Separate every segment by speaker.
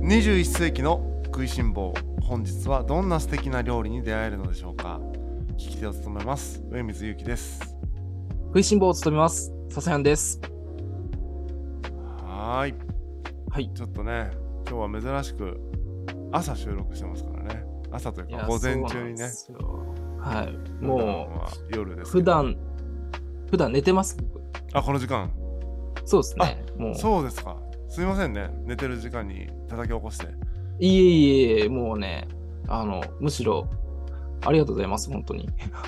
Speaker 1: 21世紀の食いしん坊本日はどんな素敵な料理に出会えるのでしょうか聞き手を務めます上水ゆうきです
Speaker 2: 食いしん坊を務めます。笹谷です。
Speaker 1: はーい
Speaker 2: はい。
Speaker 1: ちょっとね今日は珍しく朝収録してますからね朝という
Speaker 2: い
Speaker 1: か
Speaker 2: や
Speaker 1: 午前中にね
Speaker 2: そうなんですよはい。
Speaker 1: 普段
Speaker 2: も
Speaker 1: は夜
Speaker 2: う、
Speaker 1: ですけ
Speaker 2: 普
Speaker 1: ど
Speaker 2: 段、普段寝てます僕
Speaker 1: あこの時間
Speaker 2: そうですね。もう、
Speaker 1: そうですかすいませんね寝てる時間に叩き起こして
Speaker 2: いえいえいえ、もうね、あの、むしろ、ありがとうございます、本当に。あ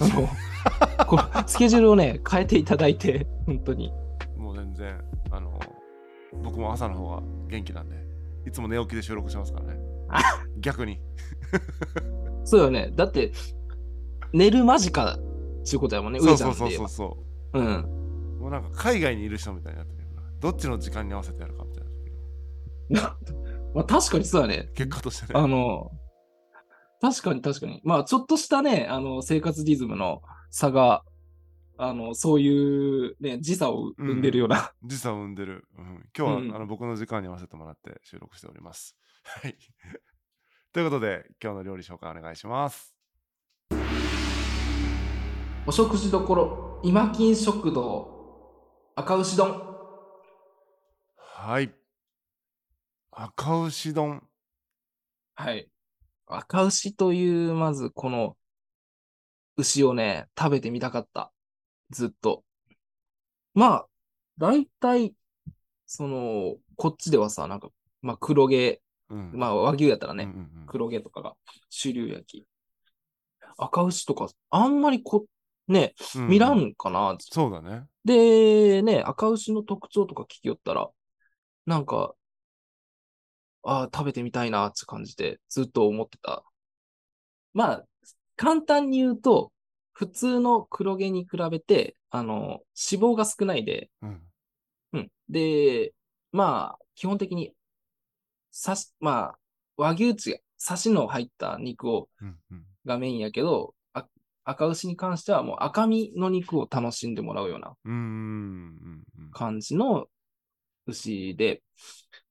Speaker 2: の、こうスケジュールをね、変えていただいて、本当に。
Speaker 1: もう全然あの僕も朝の方が元気なんでいつも寝起きで収録してますからね逆に
Speaker 2: そうよね。だって、寝る間近っていうことやもんね、
Speaker 1: そう
Speaker 2: 上ちゃ
Speaker 1: そ
Speaker 2: ん
Speaker 1: う
Speaker 2: っ
Speaker 1: そう
Speaker 2: て言え
Speaker 1: そう
Speaker 2: ば。
Speaker 1: そう
Speaker 2: うん。
Speaker 1: もうなんか海外にいる人みたいになってるよなどっちの時間に合わせてやるかみたいな
Speaker 2: まあ、確かにそうだね。
Speaker 1: 結果としてね
Speaker 2: あの、確かに確かに。まあ、ちょっとしたね、あの、生活リズムの差が、あの、そういうね、時差を生んでるような。
Speaker 1: 時差を生んでる、うん、今日は、
Speaker 2: うん
Speaker 1: あの僕の時間に合わせてもらって収録しておりますはい ということで今日の料理紹介お願いします
Speaker 2: お食事どころ、今金食堂、赤牛丼。
Speaker 1: はい赤牛丼
Speaker 2: はい。赤牛という、まずこの、牛をね、食べてみたかった。ずっと。まあ、大体、その、こっちではさ、なんか、まあ、黒毛、
Speaker 1: うん
Speaker 2: まあ、和牛やったら
Speaker 1: あ
Speaker 2: ね、
Speaker 1: うんうん
Speaker 2: 黒毛とかが主流焼き。赤牛とか、あんまりこ、ね、
Speaker 1: うん、
Speaker 2: 見ら
Speaker 1: うん
Speaker 2: んかな。
Speaker 1: そうだね
Speaker 2: で、ね、赤牛の特徴とか聞きよったら、なんか、ああ、食べてみたいなって感じで、ずっと思ってた。まあ、簡単に言うと、普通の黒毛に比べて、あの、脂肪が少ないで、
Speaker 1: うん
Speaker 2: うん。で、まあ、基本的に、さし、まあ、和牛違う、サシの入った肉を、
Speaker 1: うんうん
Speaker 2: がメインやけど、あ赤牛に関してはもう赤身の肉を楽しんでもらうような
Speaker 1: うーんうんうん
Speaker 2: 感じの牛で、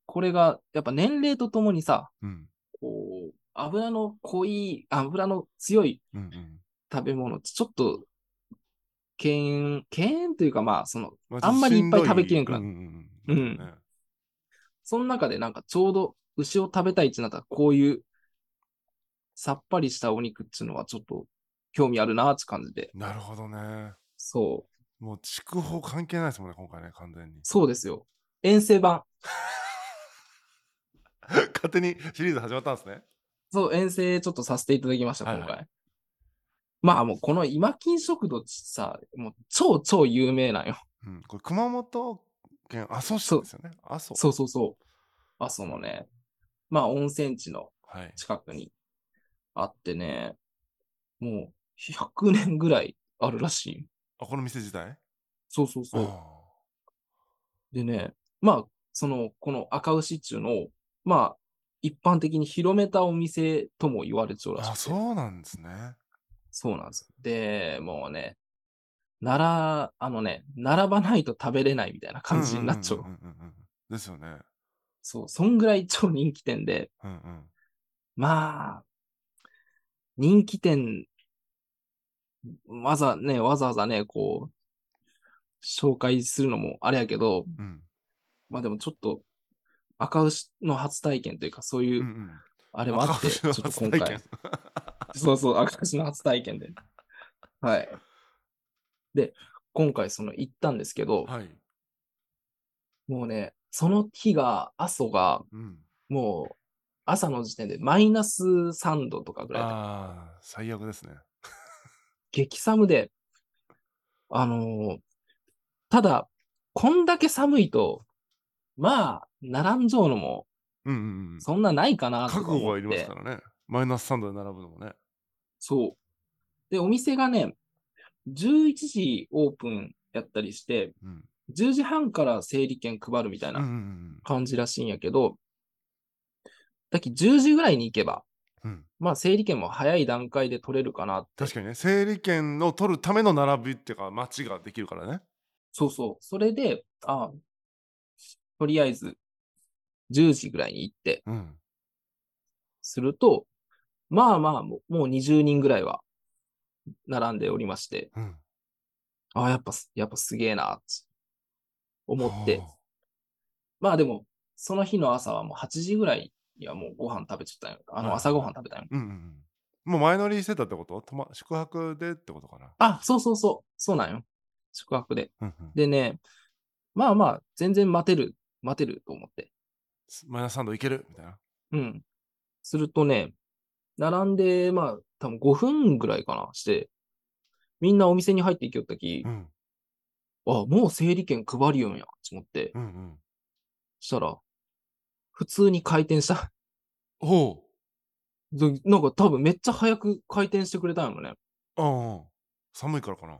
Speaker 2: これがやっぱ年齢とともにさ、
Speaker 1: うん
Speaker 2: こう、油の濃い、油の強い
Speaker 1: うんうん
Speaker 2: 食べ物ってちょっと、敬遠、敬遠というかまあ、その、
Speaker 1: ま
Speaker 2: あんまりいっぱい食べきれん
Speaker 1: く
Speaker 2: くなる
Speaker 1: うん
Speaker 2: う
Speaker 1: うん
Speaker 2: んその中でなんかちょうど牛を食べたいってなったら、こういうさっぱりしたお肉っていうのはちょっと興味あるなって感じで。
Speaker 1: なるほどね
Speaker 2: そう。
Speaker 1: もう筑豊関係ないですもんね今回ね完全に
Speaker 2: そうですよ。遠征版。
Speaker 1: 勝手にシリーズ始まったんですね
Speaker 2: そう、遠征ちょっとさせていただきました、
Speaker 1: はい
Speaker 2: 今
Speaker 1: はい
Speaker 2: 回。まあもうこの今金食堂さ、もう超超有名なんよ。
Speaker 1: うん、これ熊本県阿蘇市ですよね。阿蘇。
Speaker 2: そうそうそう。あ、そのね、まあ温泉地の
Speaker 1: はい。
Speaker 2: 近くにあってね、もう100年ぐらいあるらしい。
Speaker 1: あ、この店自体
Speaker 2: そうそうそう。
Speaker 1: あ
Speaker 2: でね、まあ、その、この赤牛っていうのを、まあ、一般的に広めたお店とも言われちゃう
Speaker 1: ー
Speaker 2: らし
Speaker 1: あ、
Speaker 2: くて
Speaker 1: そうなんですね。
Speaker 2: そうなんですよ。で、もうね、なら、あのね、並ばないと食べれないみたいな感じになっちゃう。
Speaker 1: んんんんうんですよね。
Speaker 2: そう、そんぐらい超人気店で、
Speaker 1: うんうん。
Speaker 2: まあ、人気店、わざね、わざわざね、こう、紹介するのもあれやけど、
Speaker 1: うん
Speaker 2: まあでもちょっと、赤牛の初体験というか、そういうう、
Speaker 1: ん
Speaker 2: あ
Speaker 1: う
Speaker 2: れ
Speaker 1: ん。
Speaker 2: もあっ
Speaker 1: 赤
Speaker 2: て、
Speaker 1: 星
Speaker 2: ちょ
Speaker 1: の
Speaker 2: っと
Speaker 1: 初
Speaker 2: 今
Speaker 1: 体
Speaker 2: 回
Speaker 1: 験。。
Speaker 2: そうそう、赤石の初体験で。はい。で、今回その行ったんですけど、
Speaker 1: はい。
Speaker 2: もうね、その日が、阿蘇が、
Speaker 1: うん。
Speaker 2: もう、朝の時点でマイナス3度とかぐらいで、
Speaker 1: ああ、最悪ですね。
Speaker 2: 激寒で、あのーただ、こんだけ寒いと、まあ、並んじゃうのも、
Speaker 1: うんうんうん。
Speaker 2: そんなないかなとか
Speaker 1: 覚
Speaker 2: 思って
Speaker 1: 悟がいりますからね。マイナス3度で並ぶのもね。
Speaker 2: そう。で、お店がね、11時オープンやったりして、
Speaker 1: うん。
Speaker 2: 10時半から整理券配るみたい
Speaker 1: うんうん
Speaker 2: な感じらしいんやけど、だっけ10時ぐらいに行けば、
Speaker 1: うんうん。
Speaker 2: まあ整理券も早い段階で取れるかなって。
Speaker 1: 確かにね、整理券を取るための並びっていうか、待ちができるからね。
Speaker 2: そうそう。それで、あとりあえず10時ぐらいに行って、
Speaker 1: うん。
Speaker 2: すると、まあまあもう、もう20人ぐらいは並んでおりまして、
Speaker 1: うん。
Speaker 2: ああ、やっぱす、やっぱすげえな、って思って
Speaker 1: は。あ
Speaker 2: まあでも、その日の朝はもう8時ぐらいにはもうご飯食べちゃったよ。あ
Speaker 1: は
Speaker 2: の、
Speaker 1: い
Speaker 2: 朝ご飯食べたよ。
Speaker 1: うんうんうん。もう前乗りしてたってこと泊ま宿泊でってことかな。
Speaker 2: あ、そうそうそう。そうなんよ。宿泊で。
Speaker 1: うんうん。
Speaker 2: でね、まあまあ、全然待てる、待てると思って。
Speaker 1: マイナス3度いけるみたいな。
Speaker 2: うん。するとね、並んで、まあ、多分5分ぐらいかな、して、みんなお店に入っていきよったき
Speaker 1: う、ん。
Speaker 2: あ、もう整理券配りよんや、と思って、
Speaker 1: うんうん。
Speaker 2: したら、普通に回転した。
Speaker 1: ほ
Speaker 2: でなんか多分めっちゃ早く回転してくれたんやろね。
Speaker 1: う。うんうん。寒いからかな。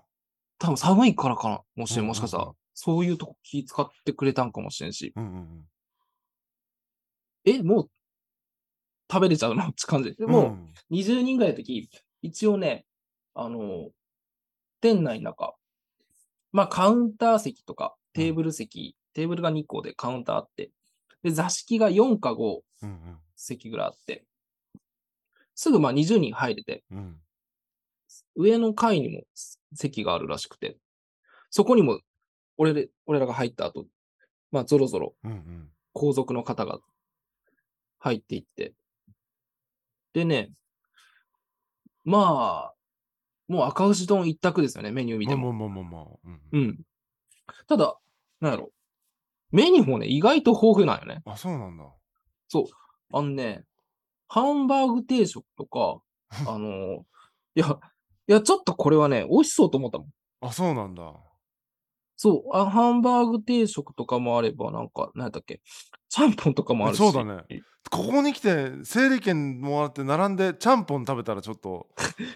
Speaker 2: 多分寒いからかな、もし、
Speaker 1: うんうんうん
Speaker 2: もしかしたら、そういうとこ気使ってくれたんかもしれんし、
Speaker 1: うんうんうん。
Speaker 2: え、もう、食べれちゃうの って感じ。でもう、20人ぐらいの時、一応ね、あの、店内の中、まあカウンター席とかテーブル席、テーブルが2個でカウンターあって、で、座敷が4か5
Speaker 1: うん。うん
Speaker 2: 席ぐらいあって、すぐまあ20人入れて、
Speaker 1: うん。うん。
Speaker 2: 上の階にも席があるらしくて、そこにも俺で俺らが入った後、まあゾロゾロ
Speaker 1: うんうん。
Speaker 2: 皇族の方が入っていって。でね、まあ、もう赤牛丼一択ですよね、メニュー見て
Speaker 1: ま
Speaker 2: も。
Speaker 1: あまあまあまあまあ。うん
Speaker 2: う
Speaker 1: うん。
Speaker 2: ん。ただ、なんやろ。メニューもね、意外と豊富なんよね。
Speaker 1: あ、そうなんだ。
Speaker 2: そう。あのね、ハンバーグ定食と か、あの、いや、いや、ちょっとこれはね、美味しそうと思ったもん。
Speaker 1: あ、そうなんだ。
Speaker 2: そう、あハンバーグ定食とかもあれば、なんか、なんだっけ、ちゃんぽんとかもあるし。
Speaker 1: そうだね。ここに来て整理券もらって並んでちゃんぽん食べたらちょっと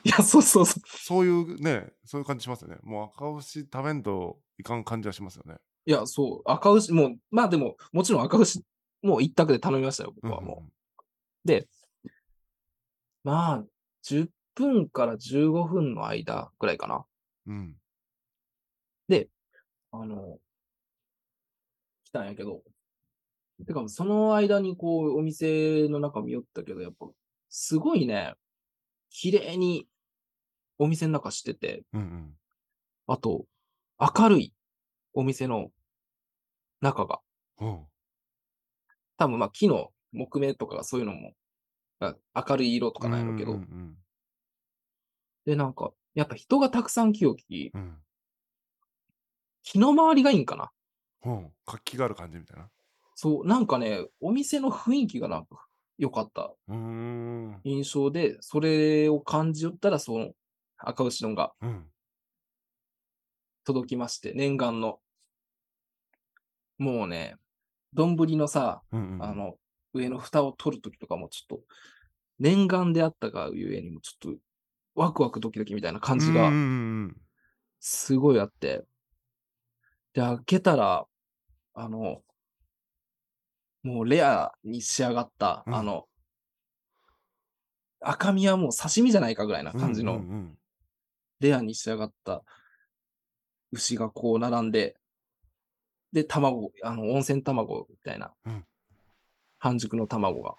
Speaker 2: いや、そうそうそう。
Speaker 1: そういうねそういう感じしますよねもう赤星食べんといかん感じはしますよね
Speaker 2: いや、そう、赤牛、もう、まあでも、もちろん赤牛、もう一択で頼みましたよ、僕はもう。まあ、10分から15分の間ぐらいかな。
Speaker 1: うんうん
Speaker 2: あの、来たんやけど。てか、その間にこう、お店の中見よったけど、やっぱ、すごいね、綺麗にお店の中してて、
Speaker 1: うんうん
Speaker 2: あと、明るいお店の中が。
Speaker 1: うんほ
Speaker 2: 多分まあ木の木目とかそういうのも、あ明るい色と
Speaker 1: う
Speaker 2: かなんやろうけど、
Speaker 1: うんうん
Speaker 2: で、なんか、やっぱ人がたくさん来よき、
Speaker 1: うんうん
Speaker 2: 気の回りがいいんかな。
Speaker 1: ほう活気がある感じみたいな
Speaker 2: そう、なんかね、お店の雰囲気がなんか良かった
Speaker 1: うーん
Speaker 2: 印象で、それを感じよったら、その赤牛丼が
Speaker 1: うん
Speaker 2: 届きまして、念願の。もうね、丼のさ、
Speaker 1: うんうん
Speaker 2: あの、上の蓋を取るときとかもちょっと、念願であったがゆえにもちょっと、ワクワクドキドキみたいな感じが
Speaker 1: うんうん
Speaker 2: すごいあって。で、開けたら、あの、もうレアに仕上がった、
Speaker 1: うん
Speaker 2: あの、赤身はもう刺身じゃないかぐらいな
Speaker 1: うん
Speaker 2: 感じ
Speaker 1: う
Speaker 2: の
Speaker 1: んうん
Speaker 2: レアに仕上がった牛がこう並んで、で、卵、あの、温泉卵みたいな
Speaker 1: うん、
Speaker 2: 半熟の卵が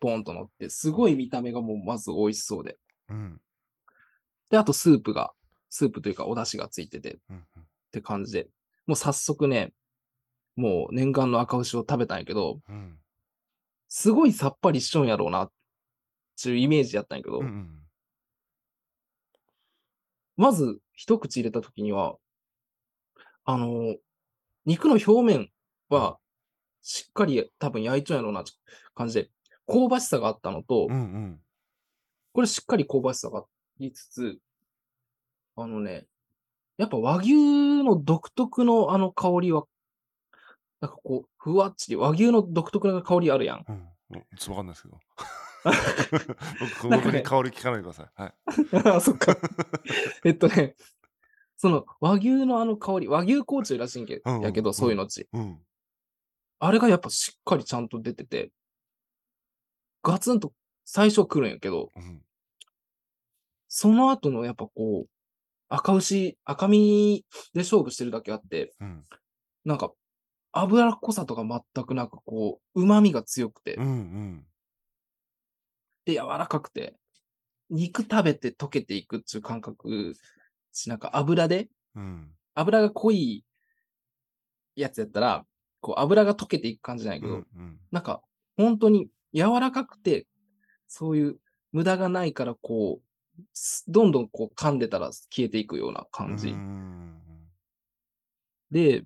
Speaker 2: ボーンと乗って、すごい見た目がもうまず美味しそうで。
Speaker 1: うん
Speaker 2: で、あとスープが、スープというかお出汁がついてて、
Speaker 1: うんうん
Speaker 2: って感じで、もう早速ね、もう念願の赤牛を食べたんやけど、
Speaker 1: うん
Speaker 2: すごいさっぱりしちょんやろうな、っていうイメージやったんやけど、
Speaker 1: うんうん
Speaker 2: まず一口入れた時には、あのー肉の表面は、しっかり多分焼いちょんやろうな、って感じで、香ばしさがあったのと、
Speaker 1: うんうん
Speaker 2: これしっかり香ばしさがありつつ、あのね、やっぱ和牛の独特のあの香りは、なんかこう、ふわっちり、和牛の独特な香りある やん。
Speaker 1: うんうんちょっとわかんないですけど僕
Speaker 2: なん
Speaker 1: 僕
Speaker 2: かね
Speaker 1: に香り聞かないでくださいはい
Speaker 2: あ、そっか。 えっとね、その和牛のあの香り、和牛甲虫らしいんけ
Speaker 1: うんうん
Speaker 2: やけ
Speaker 1: う
Speaker 2: ど、
Speaker 1: ん
Speaker 2: そういうのっち。
Speaker 1: うん
Speaker 2: あれがやっぱしっかりちゃんと出てて、ガツンと最初来るんやけど、
Speaker 1: うん
Speaker 2: その後のやっぱこう、赤牛、赤身で勝負してるだけあって、
Speaker 1: うん
Speaker 2: なんか、脂っこさとか全くなく、こう、旨味が強くて、
Speaker 1: うんうん
Speaker 2: で柔らかくて、肉食べて溶けていくっていう感覚し、なんか油で、
Speaker 1: うん。
Speaker 2: 油が濃いやつやったら、こう油が溶けていく感じじゃないけ
Speaker 1: う
Speaker 2: ど、
Speaker 1: ん。うん。
Speaker 2: なんか本当に柔らかくて、そういう無駄がないからこう、すどんどんこう噛んでたら消えていくような感じ。
Speaker 1: うん
Speaker 2: で、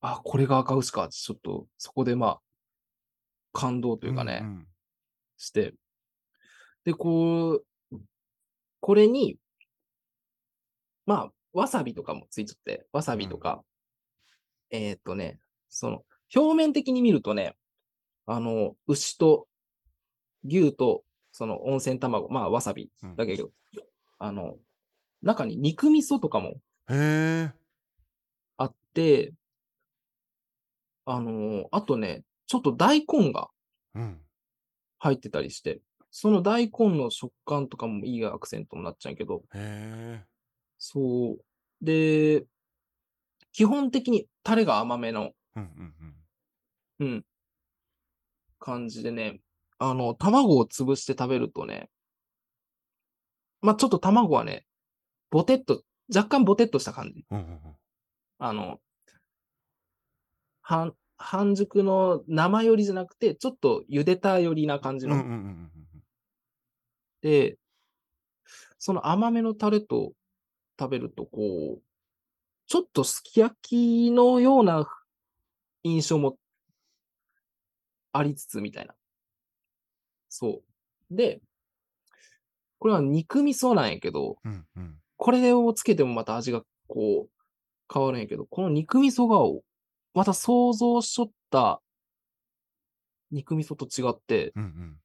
Speaker 2: あ、これが赤牛かって、ちょっとそこでまあ、感動というかね、
Speaker 1: ん
Speaker 2: して。で、こう、これに、まあ、わさびとかもついちゃって、わさびとか、えーっとね、その、表面的に見るとね、あの、牛と牛と、その温泉卵、まあ、わさび
Speaker 1: うん
Speaker 2: だけど、あの、中に肉味噌とかも
Speaker 1: へえ。
Speaker 2: あって、あのーあとね、ちょっと大根が
Speaker 1: うん。
Speaker 2: 入ってたりして、その大根の食感とかもいいアクセントになっちゃうけど、
Speaker 1: へえ。
Speaker 2: そう。で、基本的にタレが甘めの
Speaker 1: うんうん
Speaker 2: 感じでね、あの、卵を潰して食べるとね、まあ、ちょっと卵はね、ボテッと、若干ボテッとした感じ。
Speaker 1: うん。うんうん
Speaker 2: あの、半、半熟の生よりじゃなくて、ちょっと茹でたよりな感じ
Speaker 1: うん。うんうんう
Speaker 2: の。
Speaker 1: んうん
Speaker 2: で、その甘めのタレと食べると、こう、ちょっとすき焼きのような印象もありつつみたいな。そう。で、これは肉味噌なんやけど、
Speaker 1: うんうん。
Speaker 2: これをつけてもまた味がこう変わるんやけど、この肉味噌がまた想像しとった肉味噌と違って、
Speaker 1: うんうん。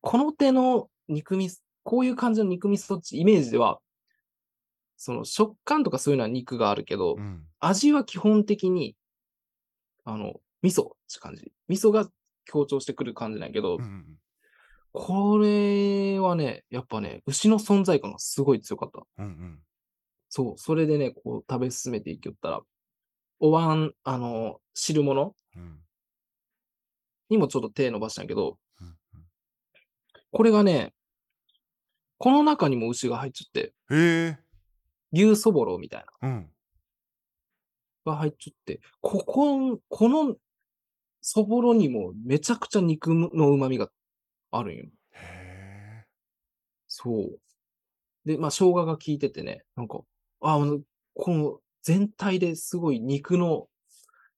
Speaker 2: この手の肉味噌、こういう感じの肉味噌ってイメージでは、その食感とかそういうのは肉があるけど、
Speaker 1: うん
Speaker 2: 味は基本的に、あの、味噌って感じ。味噌が強調してくる感じなんやけど、
Speaker 1: うんうん
Speaker 2: これはね、やっぱね、牛の存在感がすごい強かった。
Speaker 1: うんうん。
Speaker 2: そう、それでね、こう食べ進めていきよったら、お椀、あの、汁物
Speaker 1: うん
Speaker 2: にもちょっと手伸ばしたんやけど、
Speaker 1: うん
Speaker 2: これがね、この中にも牛が入っちゃって、
Speaker 1: うんへえ。
Speaker 2: 牛そぼろみたいな
Speaker 1: うん。
Speaker 2: のが入っちゃって、ここ、このそぼろにもめちゃくちゃ肉の旨味があるんよ。
Speaker 1: へ
Speaker 2: そう。で、まあ、生姜が効いててね、なんか、あ、あのこの全体ですごい肉の、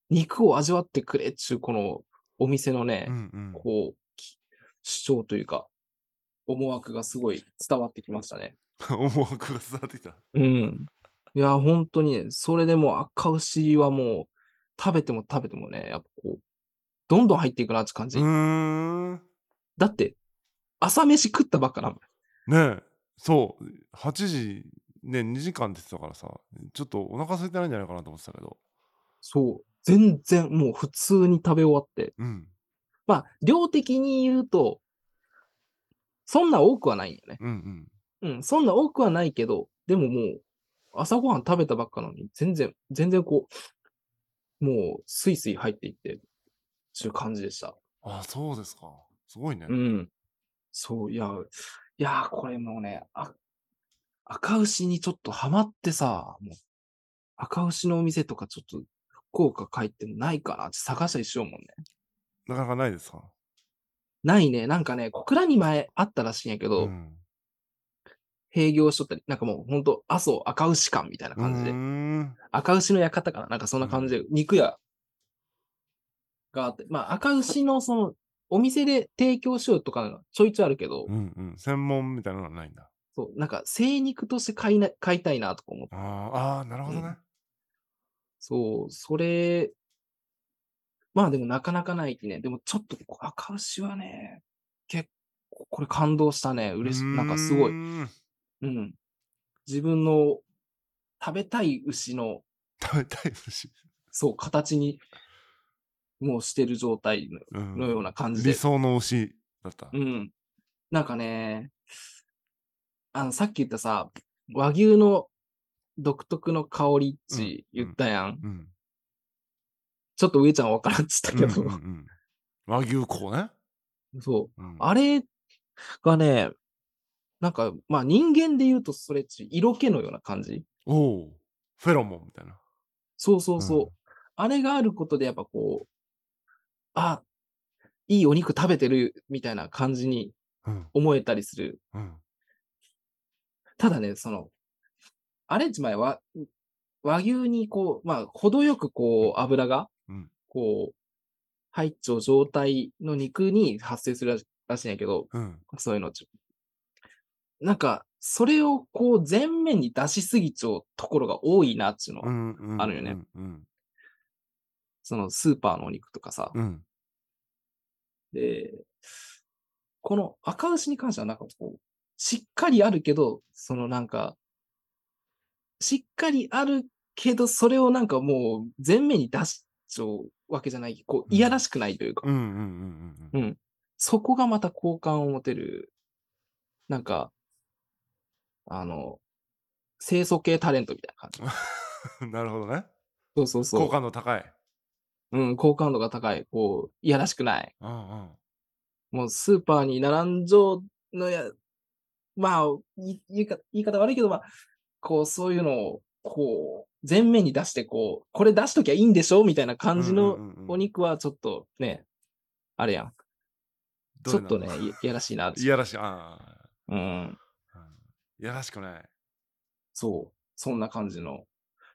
Speaker 2: 肉を味わってくれっちゅう、このお店のね
Speaker 1: え。、うんうん。
Speaker 2: こう、き主張というか、思惑がすごい伝わってきましたね。
Speaker 1: 思惑が伝わってきた。
Speaker 2: うん。いや、本当にね、それでもう赤牛はもう、食べても食べてもね、やっぱこう、どんどん入っていくなって感じ。
Speaker 1: うーん。
Speaker 2: だって、朝飯食ったばっかなの。
Speaker 1: ねえ、そう、8時、ね、2時間って言ってたからさ、ちょっとお腹空いてないんじゃないかなと思ってたけど。
Speaker 2: そう。全然、もう普通に食べ終わって。
Speaker 1: うん、
Speaker 2: まあ、量的に言うと、そんな多くはないよね。
Speaker 1: うん、うん。
Speaker 2: うん、そんな多くはないけど、でももう、朝ごはん食べたばっかなのに、全然、全然こう、もう、スイスイ入っていって、っていう感じでした。
Speaker 1: あ、そうですか。すごいね。
Speaker 2: うん。そう、いや、いや、これもうね、あ赤牛にちょっとハマってさ、もう、赤牛のお店とかちょっと、福岡帰ってもないかなって探したりしようもんね。
Speaker 1: なかなかないですか。
Speaker 2: ないね。なんかね、小倉に前あったらしいんやけど、
Speaker 1: ん、
Speaker 2: 閉業しとったり、なんかもうほんと、阿蘇赤牛館みたいな感じで
Speaker 1: うー。ん。
Speaker 2: 赤牛の館かななんかそんな感じで、肉屋があって、まあ赤牛のその、お店で提供しようとかちょいちょいあるけど、
Speaker 1: うん、うん。専門みたいなのはないんだ。
Speaker 2: そう、なんか生肉として買いな買いたいなとか思って、
Speaker 1: あーあー、なるほどね。
Speaker 2: そう、それ、まあでもなかなかないきね、でもちょっとこう赤牛はね、結構これ感動したね、嬉しい、なんかすご
Speaker 1: う
Speaker 2: い、
Speaker 1: ーん
Speaker 2: うん。自分の食べたい牛の、
Speaker 1: 食べたいし。
Speaker 2: そう、形に、もうしてる状態の
Speaker 1: うん
Speaker 2: のような感じで
Speaker 1: 理。想の牛だった。
Speaker 2: うん。なんかね、あの、さっき言ったさ、和牛の独特の香りっち
Speaker 1: うん
Speaker 2: 言ったやん。
Speaker 1: うん。
Speaker 2: ちょっと上ちゃんわからんっつったけど、
Speaker 1: うんうんうん和牛港ね。
Speaker 2: そう。
Speaker 1: うん
Speaker 2: あれがね、なんか、まあ人間で言うとそれっち、色気のような感じ
Speaker 1: おおフェロモンみたいな。
Speaker 2: そうそうそう。
Speaker 1: うん
Speaker 2: あれがあることでやっぱこう、あ、いいお肉食べてるみたいな感じに
Speaker 1: うん
Speaker 2: 思えたりする。
Speaker 1: うん
Speaker 2: ただね、その、アレンジ前は、和牛にこう、まあ、程よくこう、油が
Speaker 1: うん、
Speaker 2: こう、入っちゃう状態の肉に発生するらしらしいんやけど、
Speaker 1: うん
Speaker 2: そういうのち。なんか、それをこう、前面に出しすぎちゃうところが多いなっちゅうのは、
Speaker 1: うんうん
Speaker 2: あるよね
Speaker 1: うん
Speaker 2: そのスーパーのお肉とかさ。
Speaker 1: うん
Speaker 2: で、この赤牛に関してはなんかこう、しっかりあるけど、そのなんか、しっかりあるけど、それをなんかもう全面に出しちゃうわけじゃない、こ
Speaker 1: うん
Speaker 2: う、いやらしくないというか、
Speaker 1: うんうんうんう
Speaker 2: うんんそこがまた好感を持てる、なんか、あの、清楚系タレントみたいな感
Speaker 1: う
Speaker 2: じ。
Speaker 1: ん。 なるほどね。
Speaker 2: そうそう
Speaker 1: 好
Speaker 2: そ
Speaker 1: 感度高い。
Speaker 2: う。うん、好感度が高い、こう、いやらしくない。
Speaker 1: うんうん
Speaker 2: もうスーパーに並んじょうのや、まあ、い言いか言い方悪いけど、まあ、こう、そういうのを、こう、前面に出して、こう、これ出しときゃいいんでしょみたいな感じ
Speaker 1: う
Speaker 2: の
Speaker 1: んうんうん
Speaker 2: お肉はちょっとね、あれやん。
Speaker 1: ど
Speaker 2: ち
Speaker 1: れ
Speaker 2: ょっ
Speaker 1: な
Speaker 2: と
Speaker 1: の
Speaker 2: ね、いいやらしい な。
Speaker 1: いやらしい。ああ。
Speaker 2: うん。
Speaker 1: うんいやらしくない。
Speaker 2: そう。そんな感じの。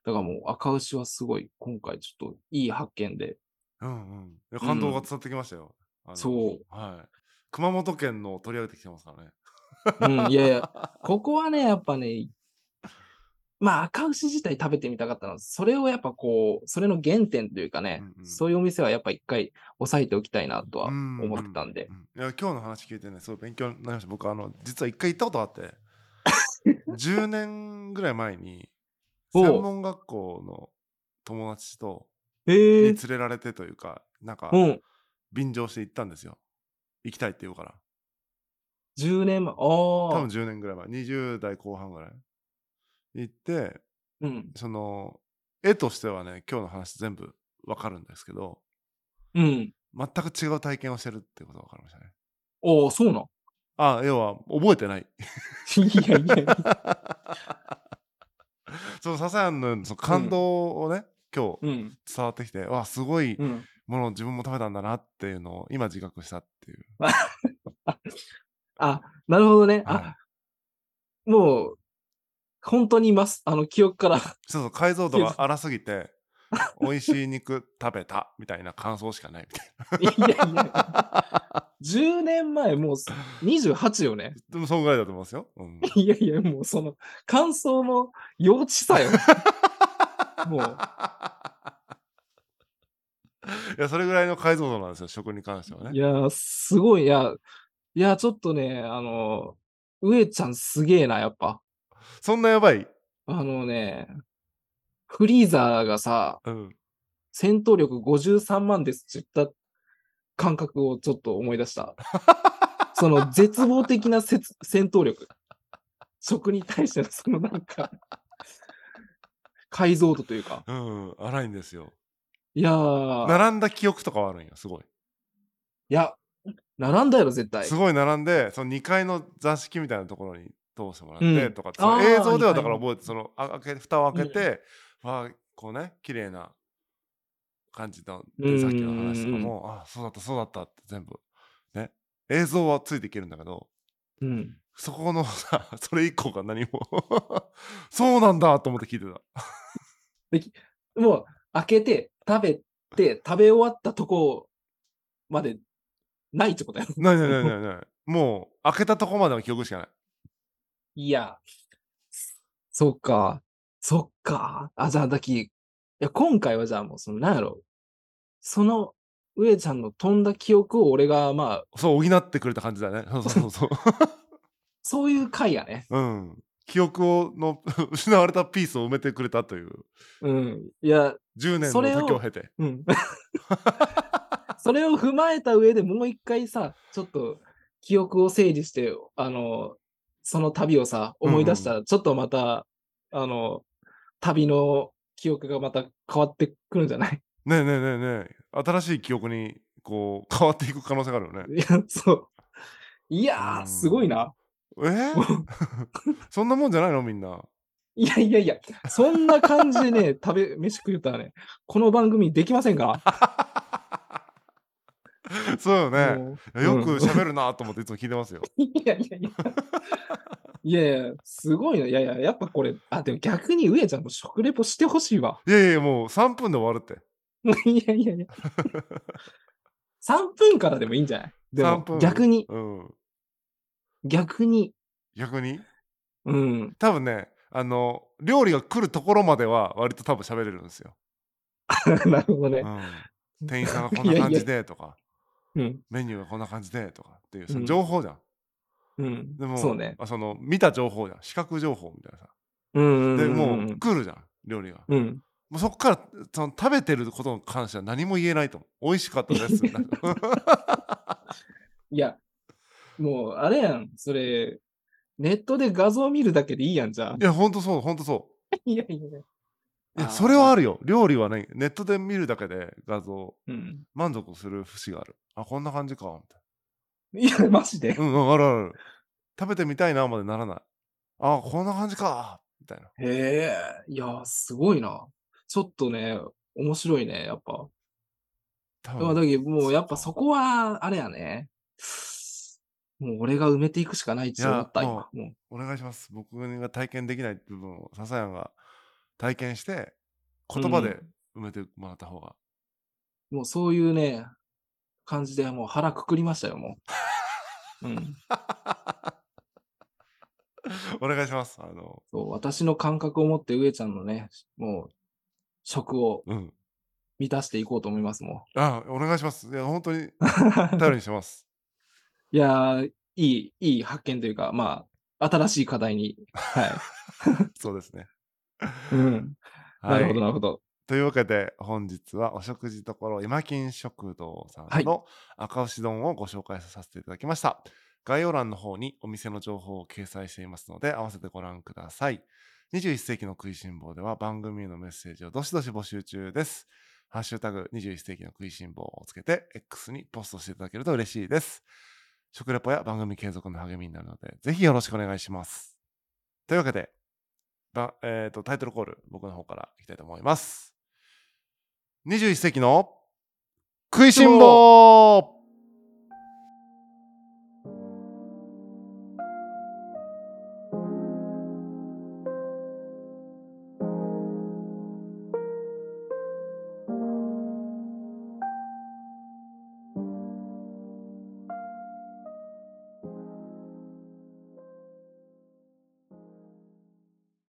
Speaker 2: だからもう赤牛はすごい、今回ちょっといい発見で。
Speaker 1: うんうんいや。感動が伝わってきましたよ。あの
Speaker 2: そう。
Speaker 1: はい。熊本県のを取り上げてきてますからね。
Speaker 2: うん、いやいや、ここはね、やっぱね、まあ、赤牛自体食べてみたかったのは、それをやっぱこう、それの原点というかね、
Speaker 1: うんうん
Speaker 2: そういうお店はやっぱ一回押さえておきたいなとは
Speaker 1: うん
Speaker 2: 思ってたんで。
Speaker 1: うういや今日の話聞いてねすごい勉強になりました僕あの実は一回行ったことあって 10年ぐらい前に
Speaker 2: おう
Speaker 1: 専門学校の友達とに
Speaker 2: へえ
Speaker 1: 連、れられてというかなんか
Speaker 2: うん、
Speaker 1: 便乗して行ったんですよ行きたいって言うから
Speaker 2: 10年前、ああ、
Speaker 1: 多分10年ぐらい前20代後半ぐらい行って
Speaker 2: うん、
Speaker 1: その絵としてはね今日の話全部わかるんですけど
Speaker 2: うん、
Speaker 1: 全く違う体験をしてるってことが分かりましたね
Speaker 2: ああ、そうなん。
Speaker 1: あ要は覚えてない
Speaker 2: いやいやいや、
Speaker 1: その笹谷のその感動をね、今日
Speaker 2: うん、
Speaker 1: 伝わってきて、わあすごい
Speaker 2: うん。
Speaker 1: ものを自分も食べたんだなっていうのを今自覚したっていう。
Speaker 2: あ、なるほどね。
Speaker 1: はい
Speaker 2: あ、もう、本当にます、あの、記憶から。
Speaker 1: そうそう解像度が荒すぎて美味しい肉食べたみたいな感想しかないみ たい
Speaker 2: いやいや、
Speaker 1: な。
Speaker 2: 10年前、もう28よね。
Speaker 1: でもそんぐらいだと思いますよ。うん、
Speaker 2: いやいや、もうその、感想の幼稚さ よ。もう、
Speaker 1: いやそれぐらいの解像度なんですよ食に関してはいね。
Speaker 2: やー、すごい、いや、いや、ちょっとね、あの、上ちゃんすげえな、やっぱ。
Speaker 1: そんなやばい。
Speaker 2: あのね、フリーザーがさ、
Speaker 1: うん、
Speaker 2: 戦闘力53万ですって言った感覚をちょっと思い 出した。その絶望的なせつ戦闘力。食に対してのそのなんか、解像度というか。
Speaker 1: うん、荒いんですよ。
Speaker 2: いやー、
Speaker 1: 並んだ記憶とかはあるんよすごい。
Speaker 2: いや、並んだやろ、絶対
Speaker 1: す。ごい並んでその2階の座敷みたいなところに通してもらっ
Speaker 2: う
Speaker 1: て
Speaker 2: ん
Speaker 1: とか、その
Speaker 2: あー
Speaker 1: 映像では
Speaker 2: 二階
Speaker 1: だから
Speaker 2: の
Speaker 1: 覚えてそのあ開け蓋を開けて、わあこうね綺麗な感じの
Speaker 2: う
Speaker 1: で
Speaker 2: ん
Speaker 1: さっきの話とかも、あそうだったそうだったって全部ね映像はついていけるんだけど
Speaker 2: うん。
Speaker 1: そこの さそれ以降が何も そうなんだと思って聞いてた
Speaker 2: もう、開けて、食べて、食べ終わったとこまで、ないってことやろ。
Speaker 1: ないないないないないもう開けたとこまでの記憶しかない
Speaker 2: いや、そっか、そっか。あ、じゃあ、だき、いや、今回はじゃあもう、その、なんやろ。その、上ちゃんの飛んだ記憶を俺が、まあ、
Speaker 1: そう補ってくれた感じだねそうそうそうそう
Speaker 2: そういう回やね。
Speaker 1: うん。記憶をの 失われたピースを埋めてくれたという
Speaker 2: うん。いや、
Speaker 1: 10年
Speaker 2: それ
Speaker 1: の
Speaker 2: を
Speaker 1: 時を経て。
Speaker 2: うん。それを踏まえた上でもう一回さ、ちょっと記憶を整理して、あの、その旅をさ、思い出したら、ちょっとまた、あの、旅の記憶がまた変わってくるんじゃない
Speaker 1: ねえねえねえねえ。新しい記憶にこう変わっていく可能性があるよね。
Speaker 2: いや、そう。いや
Speaker 1: う
Speaker 2: ー、
Speaker 1: ん
Speaker 2: すごいな。
Speaker 1: えーそんなもんじゃないのみんな。
Speaker 2: いやいやいや、そんな感じでね、食べ、飯食ったらね、この番組できませんか
Speaker 1: そうよ
Speaker 2: ら
Speaker 1: ね。
Speaker 2: もう
Speaker 1: よく
Speaker 2: うん
Speaker 1: 喋るなと思っていつも聞いてますよ。
Speaker 2: いやいやいや。いやいや、すごいな。いやいや、やっぱこれ、あ、でも逆に上ちゃんも食レポしてほしいわ。
Speaker 1: いやいや、もう3分で終わるって。
Speaker 2: いやいやいや。3分からでもいいんじゃないで
Speaker 1: 3
Speaker 2: も
Speaker 1: 分
Speaker 2: 逆に、
Speaker 1: うん。
Speaker 2: 逆に、
Speaker 1: 逆に
Speaker 2: うん。
Speaker 1: 多分ね、あの、料理が来るところまでは割と多分喋れるんですよ。
Speaker 2: なるほどね
Speaker 1: う。ん、店員さんがこんな感じで とか、
Speaker 2: うん。
Speaker 1: メニューがこんな感じでとかっていう、そうの
Speaker 2: ん
Speaker 1: 情報じゃん。
Speaker 2: うん。
Speaker 1: でも、
Speaker 2: そうね。
Speaker 1: あその見た情報じゃん。視覚情報みたいなさ。
Speaker 2: うん。
Speaker 1: で、
Speaker 2: ん
Speaker 1: もう来るじゃん、料理が。
Speaker 2: うん。
Speaker 1: もうそこからその食べてることに関しては何も言えないと思う。美味しかった です。なんか
Speaker 2: いや、もう、あれやん。それ、ネットで画像見るだけでいいやん、じゃあ
Speaker 1: い。や、ほんとそう、ほんとそう。
Speaker 2: いやいやい
Speaker 1: いや
Speaker 2: あー
Speaker 1: それはあるよ。料理はね、ネットで見るだけで画像、
Speaker 2: うん。
Speaker 1: 満足する節がある。あ、こんな感じか。みたい
Speaker 2: いや、マジで。
Speaker 1: なうん、うん、あるあるある。食べてみたいなまでならない。あ、こんな感じか。みたいな。
Speaker 2: へえ、いや、すごいな。ちょっとね、面白いね、やっぱ。
Speaker 1: 多
Speaker 2: まあ、
Speaker 1: 分
Speaker 2: だけど、もうやっぱ
Speaker 1: そ
Speaker 2: そ
Speaker 1: っ
Speaker 2: こは、あれやね。もう俺が埋めていくしかないって思った、
Speaker 1: いや
Speaker 2: 今。も
Speaker 1: お願いします。僕が体験できない部分を、笹谷が体験して、言葉で埋めてもらった方が。
Speaker 2: う、もうそういうね、感じで、もう腹くくりましたよ、もう。 うん。
Speaker 1: お願いします。あの、
Speaker 2: そう、私の感覚を持って、上ちゃんのね、もう、食を
Speaker 1: うん。
Speaker 2: 満たしていこうと思います、も
Speaker 1: あ、お願いします。いや、本当に
Speaker 2: う。
Speaker 1: 頼りにして ます。
Speaker 2: いやー、いい、いい発見というか、まあ、新しい課題に。はい。
Speaker 1: そうですね。
Speaker 2: うん。なるほど、なるほど。
Speaker 1: というわけで本日はお食事ところ今金食堂さ
Speaker 2: は
Speaker 1: ん
Speaker 2: い
Speaker 1: の赤牛丼をご紹介させていただきました、概要欄の方にお店の情報を掲載していますので合わせてご覧ください21世紀の食いしん坊では番組へのメッセージをどしどし募集中ですハッシュタグ21世紀の食いしん坊をつけて X にポストしていただけると嬉しいです食レポや番組継続の励みになるのでぜひよろしくお願いしますというわけでば、えー、とタイトルコール僕の方からいきたいと思います21世紀の食いしん坊